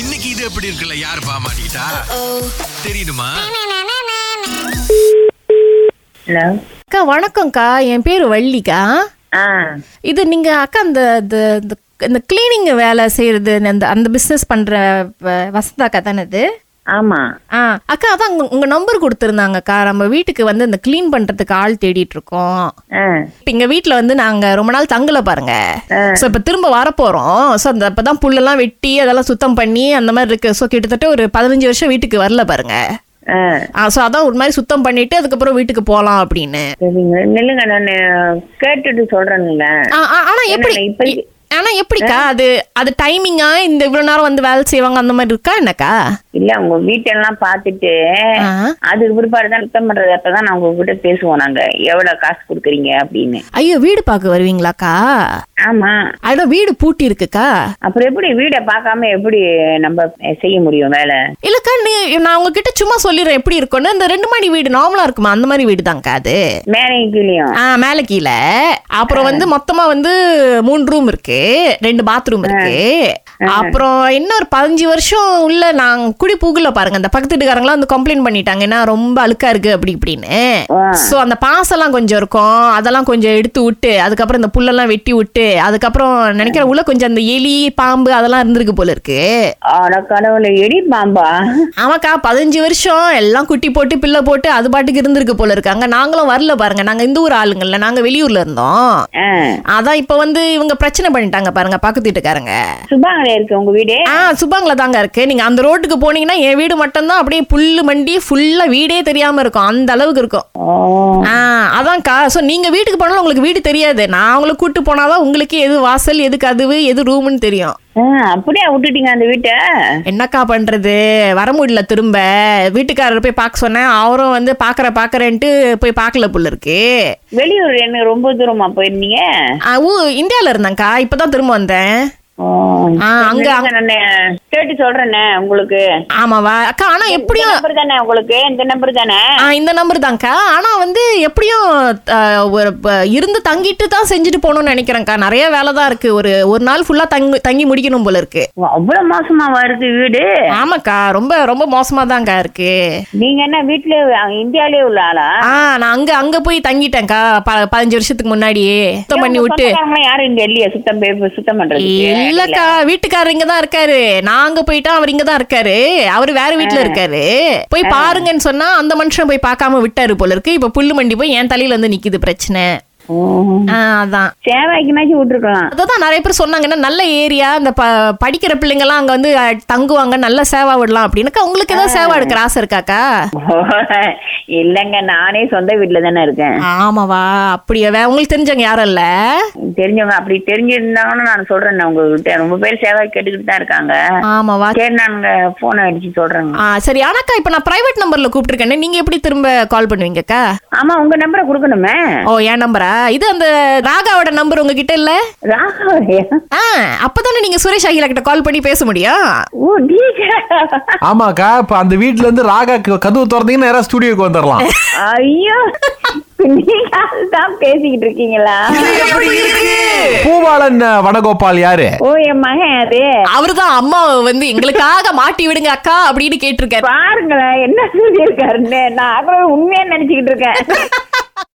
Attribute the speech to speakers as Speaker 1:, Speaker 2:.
Speaker 1: இன்னைக்கு இது எப்படி இருக்குல்ல யார் பாமாட்டா தெரியுமா
Speaker 2: ஹலோ
Speaker 3: அக்கா வணக்கம்க்கா என் பேர் வள்ளிக்கா
Speaker 2: ஆ
Speaker 3: இது நீங்க அக்கா இந்த இந்த- இந்த- இந்த கிளீனிங் வேலை செய்யறது அந்த அந்த பிஸ்னஸ் பண்ற வ- வசந்தா அக்கா தானே இது
Speaker 2: ஆமா
Speaker 3: ஆ அக்கா அதான் உங்க- உங்க நம்பர் கொடுத்துருந்தாங்கக்கா நம்ம வீட்டுக்கு வந்து இந்த க்ளீன் பண்றதுக்கு ஆள் தேடிட்டு இருக்கோம்
Speaker 2: ஆ
Speaker 3: இப்ப எங்க வீட்ல வந்து நாங்க ரொம்ப நாள் தங்கல பாருங்க சோ இப்ப திரும்ப வரப்போறோம் சோ அந்த அப்பதான் புல்லெல்லாம் வெட்டி அதெல்லாம் சுத்தம் பண்ணி அந்த மாதிரி இருக்கு சோ கிட்டத்தட்ட ஒரு பதினஞ்சு வருஷம் வீட்டுக்கு வரல பாருங்க
Speaker 2: ஆ
Speaker 3: சோ அதான் ஒரு மாதிரி சுத்தம் பண்ணிட்டு அதுக்கப்புறம் வீட்டுக்கு போலாம் அப்படின்னு
Speaker 2: சரிங்க நில்லுங்க நான் கேட்டுட்டு சொல்றேன்ல
Speaker 3: ஆ, ஆ, ஆனா எப்படி
Speaker 2: இல்ல, இப்ப இது-
Speaker 3: ஆனா எப்படிக்கா அது அது டைமிங்கா இந்த இவ்வளவு நேரம் வந்து வேலை செய்வாங்க அந்த மாதிரி இருக்கா என்னக்கா
Speaker 2: இல்ல உங்க வீட்டெல்லாம் பார்த்துட்டு
Speaker 3: ஆ.
Speaker 2: அதுக்கு பிற்பாடு தான் சுத்தம் பண்றது அப்பதான் நான் உங்ககிட்ட பேசுவோம் நாங்க எவ்வளவு காசு கொடுக்குறீங்க அப்படின்னு
Speaker 3: ஐயோ வீடு பார்க்க வருவீங்களாக்கா
Speaker 2: ஆமா
Speaker 3: ஐயோ வீடு பூட்டி இருக்குக்கா
Speaker 2: அப்புறம் எப்படி வீடை பார்க்காம எப்படி நம்ம செய்ய முடியும் வேலை
Speaker 3: இல்லக்கா நீ நான் உங்ககிட்ட சும்மா சொல்லிடுறேன் எப்படி இருக்கும்னு இந்த ரெண்டு மாடி வீடு நார்மலா இருக்குமா அந்த மாதிரி வீடு தான்க்கா அது
Speaker 2: மேலையும்
Speaker 3: ஆ மேல கீழே அப்புறம் வந்து மொத்தமா வந்து மூணு ரூம் இருக்கு ரெண்டு பாத்ரூம் இருக்கு அப்புறம் இன்னொரு பதினஞ்சு வருஷம் உள்ள நான் குடி புகுல பாருங்க அந்த பக்கத்து வீட்டுக்காரங்களாம் வந்து கம்ப்ளைண்ட் பண்ணிட்டாங்க ஏன்னா ரொம்ப அழுக்கா இருக்கு அப்படி இப்படின்னு சோ அந்த பாசெல்லாம் கொஞ்சம் இருக்கும் அதெல்லாம் கொஞ்சம் எடுத்து விட்டு அதுக்கப்புறம் இந்த புல்லெல்லாம் வெட்டி விட்டு அதுக்கப்புறம் நினைக்கிற உள்ள கொஞ்சம் அந்த எலி பாம்பு அதெல்லாம் இருந்திருக்கு போல இருக்கு
Speaker 2: அட கடவுளை எடி பாம்பா
Speaker 3: ஆமாக்கா பதினஞ்சு வருஷம் எல்லாம் குட்டி போட்டு பிள்ளை போட்டு அது பாட்டுக்கு இருந்திருக்கு போல இருக்காங்க நாங்களும் வரல பாருங்க நாங்க இந்த ஊர் ஆளுங்கல்ல நாங்க வெளியூர்ல இருந்தோம்
Speaker 2: ஆ.
Speaker 3: அதான் இப்ப வந்து இவங்க பிரச்சனை பண்ணிட்டாங்க பாருங்க பக்கத்து வீட்டுக்காரங்க
Speaker 2: சுபாங்களே இருக்கு உங்க வீடு
Speaker 3: ஆ சுபாங்ல தாங்க இருக்கு நீங்க அந்த ரோட்டுக்கு போனீங்கன்னா என் வீடு மட்டும்தான் அப்படியே புல்லு மண்டி ஃபுல்லா வீடே தெரியாம இருக்கும் அந்த அளவுக்கு இருக்கும்
Speaker 2: ஓ
Speaker 3: ஆ அதான்க்கா ஸோ நீங்க வீட்டுக்கு போனாலும் உங்களுக்கு வீடு தெரியாது நான் அவங்களை கூட்டு போனாதான் உங்களுக்கு எது வாசல் எது கதவு எது ரூம்னு தெரியும்
Speaker 2: ஆ, அப்படியா விட்டுட்டீங்க அந்த வீட்டை
Speaker 3: என்னக்கா பண்றது வர முடியல திரும்ப வீட்டுக்காரர் போய் பார்க்க சொன்னேன் அவரும் வந்து பாக்குற பாக்குறேன்ட்டு போய் பார்க்கல புள்ள இருக்கு
Speaker 2: வெளியூர் என்ன ரொம்ப தூரமா போயிருந்தீங்க
Speaker 3: ஆ, ஊ இந்தியால இருந்தாங்க்கா இப்பதான் திரும்ப வந்தேன்
Speaker 2: ஓ.
Speaker 3: ஆ, அங்க-
Speaker 2: இல்லைங்க, நானு கேட்டு சொல்றேனே உங்களுக்கு
Speaker 3: ஆமாவா அக்கா ஆனா
Speaker 2: இந்த
Speaker 3: எப்படியும்
Speaker 2: நம்பர் தானே உங்களுக்கு இந்த நம்பர் தானே
Speaker 3: ஆ, இந்த நம்பர் தான்க்கா ஆனா வந்து எப்படியும் ஆ, ஒரு ப- இருந்து தங்கிட்டு தான் செஞ்சுட்டு போகணும்னு நினைக்கிறேன்க்கா நிறைய வேலை தான் இருக்கு ஒரு ஒரு நாள் ஃபுல்லா தங்கி தங்கி முடிக்கணும் போல இருக்கு
Speaker 2: ஓ, அவ்வளவு மோசமா வருது வீடு
Speaker 3: ஆமாக்கா ரொம்ப ரொம்ப மோசமா தான்க்கா இருக்கு
Speaker 2: நீங்க என்ன வீட்டுல இந்தியாலே உள்ள ஆளா
Speaker 3: ஆ நான் அங்க அங்க போய் தங்கிட்டேன்க்கா ப- பதினஞ்சு வருஷத்துக்கு முன்னாடியே சுத்தம் பண்ணி
Speaker 2: உங்க
Speaker 3: விட்டு
Speaker 2: சொந்தக்காரங்களாம் யாரும் இங்க இல்லையா சுத்தம் பே- சுத்தம் பண்றதுக்கு
Speaker 3: இல்லக்கா வீட்டுக்காரர் இங்க தான் இருக்காரு நான் அங்க போயிட்டா அவர் இங்க தான் இருக்காரு அவர் வேற வீட்டுல இருக்காரு போய் பாருங்கன்னு சொன்னா அந்த மனுஷன் போய் பார்க்காம விட்டாரு போல இருக்கு இப்ப புல்லு மண்டி போய் என் தலையில வந்து நிக்குது பிரச்சனை
Speaker 2: ஓ.
Speaker 3: ஆ, அதான்
Speaker 2: சேவாய்க்குனாச்சும் விட்டுருக்கலாம்
Speaker 3: அதான் நிறைய பேர் சொன்னாங்கன்னா நல்ல ஏரியா இந்த ப படிக்கிற பிள்ளைங்கலாம் அங்க வந்து அஹ், தங்குவாங்க நல்ல சேவா விடலாம் அப்படின்னுக்கா உங்களுக்கு ஏதாவது சேவா எடுக்கிற ஆசை இருக்காக்கா
Speaker 2: ஓ, இல்லைங்க நானே சொந்த வீட்டுல தானே இருக்கேன்
Speaker 3: ஆமாவா அப்படியாவே உங்களுக்கு தெரிஞ்சவங்க யாரும் இல்ல
Speaker 2: தெரிஞ்சவங்க அப்படி தெரிஞ்சிருந்தாங்கன்னு நான் சொல்றேன் உங்ககிட்ட ரொம்ப பேர் சேவாய் கேட்டுக்கிட்டு தான் இருக்காங்க
Speaker 3: ஆமாவா
Speaker 2: சரி நாங்க போன் அடிச்சு சொல்றேங்க
Speaker 3: ஆ சரி ஆனாக்கா இப்ப நான் பிரைவேட் நம்பர்ல கூப்பிட்டுருக்கேனே நீங்க எப்படி திரும்ப கால் பண்ணுவீங்கக்கா
Speaker 2: ஆமா உங்க நம்பரை கொடுக்கணுமே
Speaker 3: ஓ என் நம்பரா இது அந்த ராகாவோட நம்பர் உங்ககிட்ட இல்ல
Speaker 2: ராகவரையா
Speaker 3: ஆ அப்பதானே நீங்க சுரேஷ் அகிலா கிட்ட கால் பண்ணி பேச முடியும்
Speaker 2: ஓ டீச்சர்
Speaker 1: ஆமாக்கா இப்ப அந்த வீட்ல இருந்து ராகா க- கதவு திறந்தீங்கன்னா நேரா ஸ்டுடியோக்கு வந்துடலாம்
Speaker 2: ஐயோ நீங்க அதுதான் பேசிக்கிட்டு இருக்கீங்களா
Speaker 1: பூபாலன் அஹ், வனகோபால் யாரு
Speaker 2: ஓ என் மகன் அது
Speaker 3: அவர்தான் அம்மாவை வந்து எங்களுக்காக மாட்டி விடுங்க அக்கா அப்படின்னு கேட்டிருக்காரு
Speaker 2: பாருங்களேன் என்ன சொல்லியிருக்காருன்னு நான் அப்புறம் உண்மையா நினைச்சுக்கிட்டு இருக்கேன்